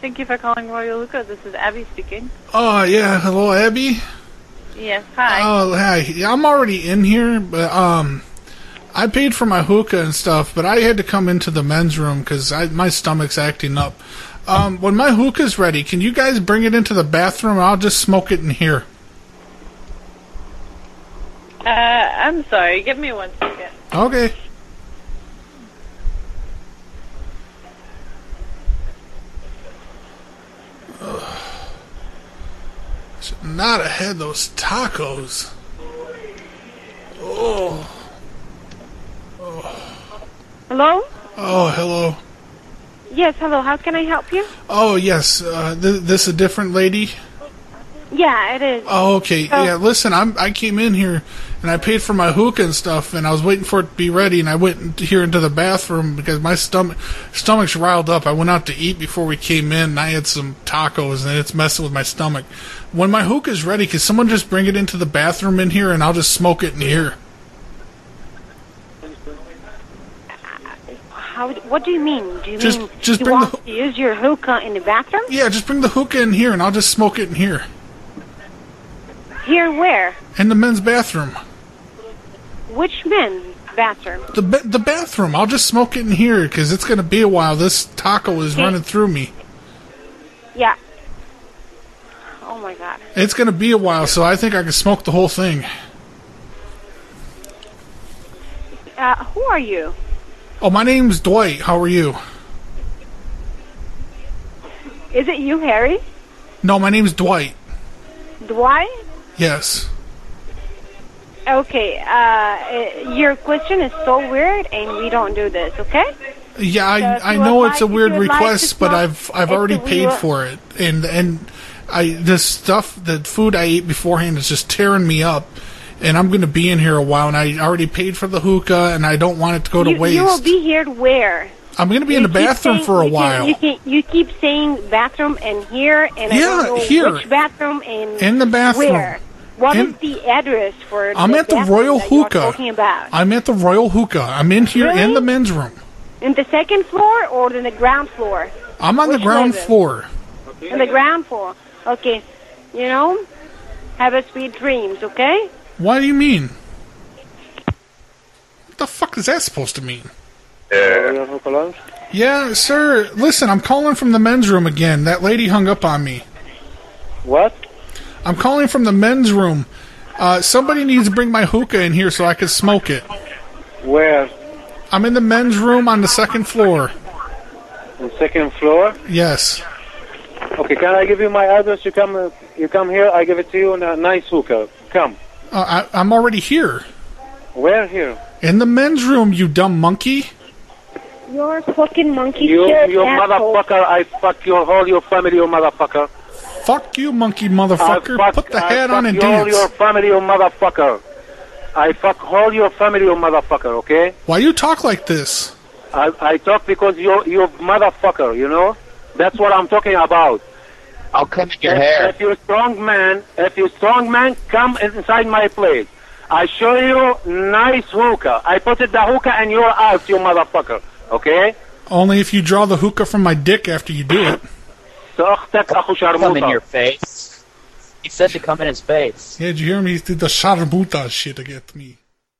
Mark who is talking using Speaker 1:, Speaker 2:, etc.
Speaker 1: Thank you for calling Royal Luca. This is Abby speaking.
Speaker 2: Oh yeah, hello Abby.
Speaker 1: Yes, hi.
Speaker 2: Oh hi, I'm already in here, but um, I paid for my hookah and stuff, but I had to come into the men's room because my stomach's acting up. Um, when my hookah's ready, can you guys bring it into the bathroom? I'll just smoke it in here.
Speaker 1: Uh, I'm sorry. Give me one second.
Speaker 2: Okay. Ugh. Should not have had those tacos. Oh. oh.
Speaker 3: Hello?
Speaker 2: Oh, hello.
Speaker 3: Yes, hello. How can I help you?
Speaker 2: Oh, yes. Uh, th- this a different lady?
Speaker 3: Yeah, it is.
Speaker 2: Oh, okay.
Speaker 3: So-
Speaker 2: yeah, listen, I'm, I came in here and I paid for my hookah and stuff, and I was waiting for it to be ready, and I went in- here into the bathroom because my stomach stomach's riled up. I went out to eat before we came in, and I had some tacos, and it's messing with my stomach. When my hookah's ready, can someone just bring it into the bathroom in here, and I'll just smoke it in here?
Speaker 3: How? What do you mean? Do you
Speaker 2: Just-
Speaker 3: mean
Speaker 2: just
Speaker 3: you
Speaker 2: bring the
Speaker 3: want to use your hookah in the bathroom?
Speaker 2: Yeah, just bring the hookah in here, and I'll just smoke it in here.
Speaker 3: Here, where?
Speaker 2: In the men's bathroom.
Speaker 3: Which men's bathroom?
Speaker 2: The, ba- the bathroom. I'll just smoke it in here because it's going to be a while. This taco is
Speaker 3: Okay.
Speaker 2: running through me.
Speaker 3: Yeah. Oh my God.
Speaker 2: It's going to be a while, so I think I can smoke the whole thing.
Speaker 3: Uh, who are you?
Speaker 2: Oh, my name's Dwight. How are you?
Speaker 3: Is it you, Harry?
Speaker 2: No, my name's Dwight.
Speaker 3: Dwight?
Speaker 2: Yes.
Speaker 3: Okay. Uh, uh, your question is so weird, and we don't do this. Okay?
Speaker 2: Yeah,
Speaker 3: So if
Speaker 2: I, I
Speaker 3: you would
Speaker 2: know
Speaker 3: like-
Speaker 2: it's a
Speaker 3: if you
Speaker 2: weird
Speaker 3: would like to
Speaker 2: request, but
Speaker 3: smoke,
Speaker 2: I've I've
Speaker 3: it's
Speaker 2: already
Speaker 3: a
Speaker 2: paid
Speaker 3: weird-
Speaker 2: for it, and and I the stuff, the food I ate beforehand is just tearing me up, and I'm going to be in here a while, and I already paid for the hookah, and I don't want it to go to
Speaker 3: you,
Speaker 2: waste.
Speaker 3: you will be here where?
Speaker 2: I'm going to be in the
Speaker 3: You keep
Speaker 2: bathroom
Speaker 3: saying-
Speaker 2: for a
Speaker 3: you can-
Speaker 2: while.
Speaker 3: you can you keep saying bathroom and here and I
Speaker 2: Yeah,
Speaker 3: don't know
Speaker 2: here.
Speaker 3: which bathroom and
Speaker 2: In the bathroom.
Speaker 3: Where? What is
Speaker 2: In-
Speaker 3: the address for?
Speaker 2: I'm
Speaker 3: the
Speaker 2: at the
Speaker 3: bathroom
Speaker 2: Royal
Speaker 3: that you're
Speaker 2: Hookah.
Speaker 3: Talking about
Speaker 2: I'm at the Royal Hookah. I'm in here in
Speaker 3: Really?
Speaker 2: the men's room.
Speaker 3: in the second floor or in the ground floor?
Speaker 2: I'm on
Speaker 3: Which
Speaker 2: the ground
Speaker 3: flavor?
Speaker 2: floor.
Speaker 3: In the ground floor. Okay, you know, have a sweet dreams. Okay.
Speaker 2: What do you mean? What the fuck is that supposed to mean?
Speaker 4: Royal Hookah Lounge.
Speaker 2: Yeah, sir. Listen, I'm calling from the men's room again. That lady hung up on me.
Speaker 4: What?
Speaker 2: I'm calling from the men's room. Uh, somebody needs to bring my hookah in here so I can smoke it.
Speaker 4: Where?
Speaker 2: I'm in the men's room on the second floor.
Speaker 4: On second floor.
Speaker 2: Yes.
Speaker 4: Okay, can I give you my address? You come, uh, you come here. I give it to you on a nice hookah. Come.
Speaker 2: Uh, I, I'm already here.
Speaker 4: Where here?
Speaker 2: In the men's room, you dumb monkey.
Speaker 3: You're a fucking monkey
Speaker 4: You,
Speaker 3: shit
Speaker 4: you
Speaker 3: asshole.
Speaker 4: motherfucker! I fuck your whole your family, you motherfucker.
Speaker 2: Fuck you, monkey
Speaker 4: I
Speaker 2: motherfucker.
Speaker 4: Uh, fuck,
Speaker 2: Put the
Speaker 4: I
Speaker 2: hat
Speaker 4: fuck
Speaker 2: on and
Speaker 4: your,
Speaker 2: dance.
Speaker 4: your family, you motherfucker. I fuck all your family, you motherfucker. Okay?
Speaker 2: Why you talk like this?
Speaker 4: I, I talk because you you motherfucker. You know? That's what I'm talking about.
Speaker 5: I'll clip your
Speaker 4: If-
Speaker 5: hair.
Speaker 4: If you're strong man, if you're strong man, come inside my place. I show you nice hookah. I put it the hookah in your ass, you motherfucker. Okay?
Speaker 2: Only if you draw the hookah from my dick after you do it.
Speaker 4: سأختك أخو
Speaker 5: Come in your
Speaker 4: شرموطة.
Speaker 5: face. He said to come in his face.
Speaker 2: Yeah, did you hear me? He did the sharmuta shit to get me.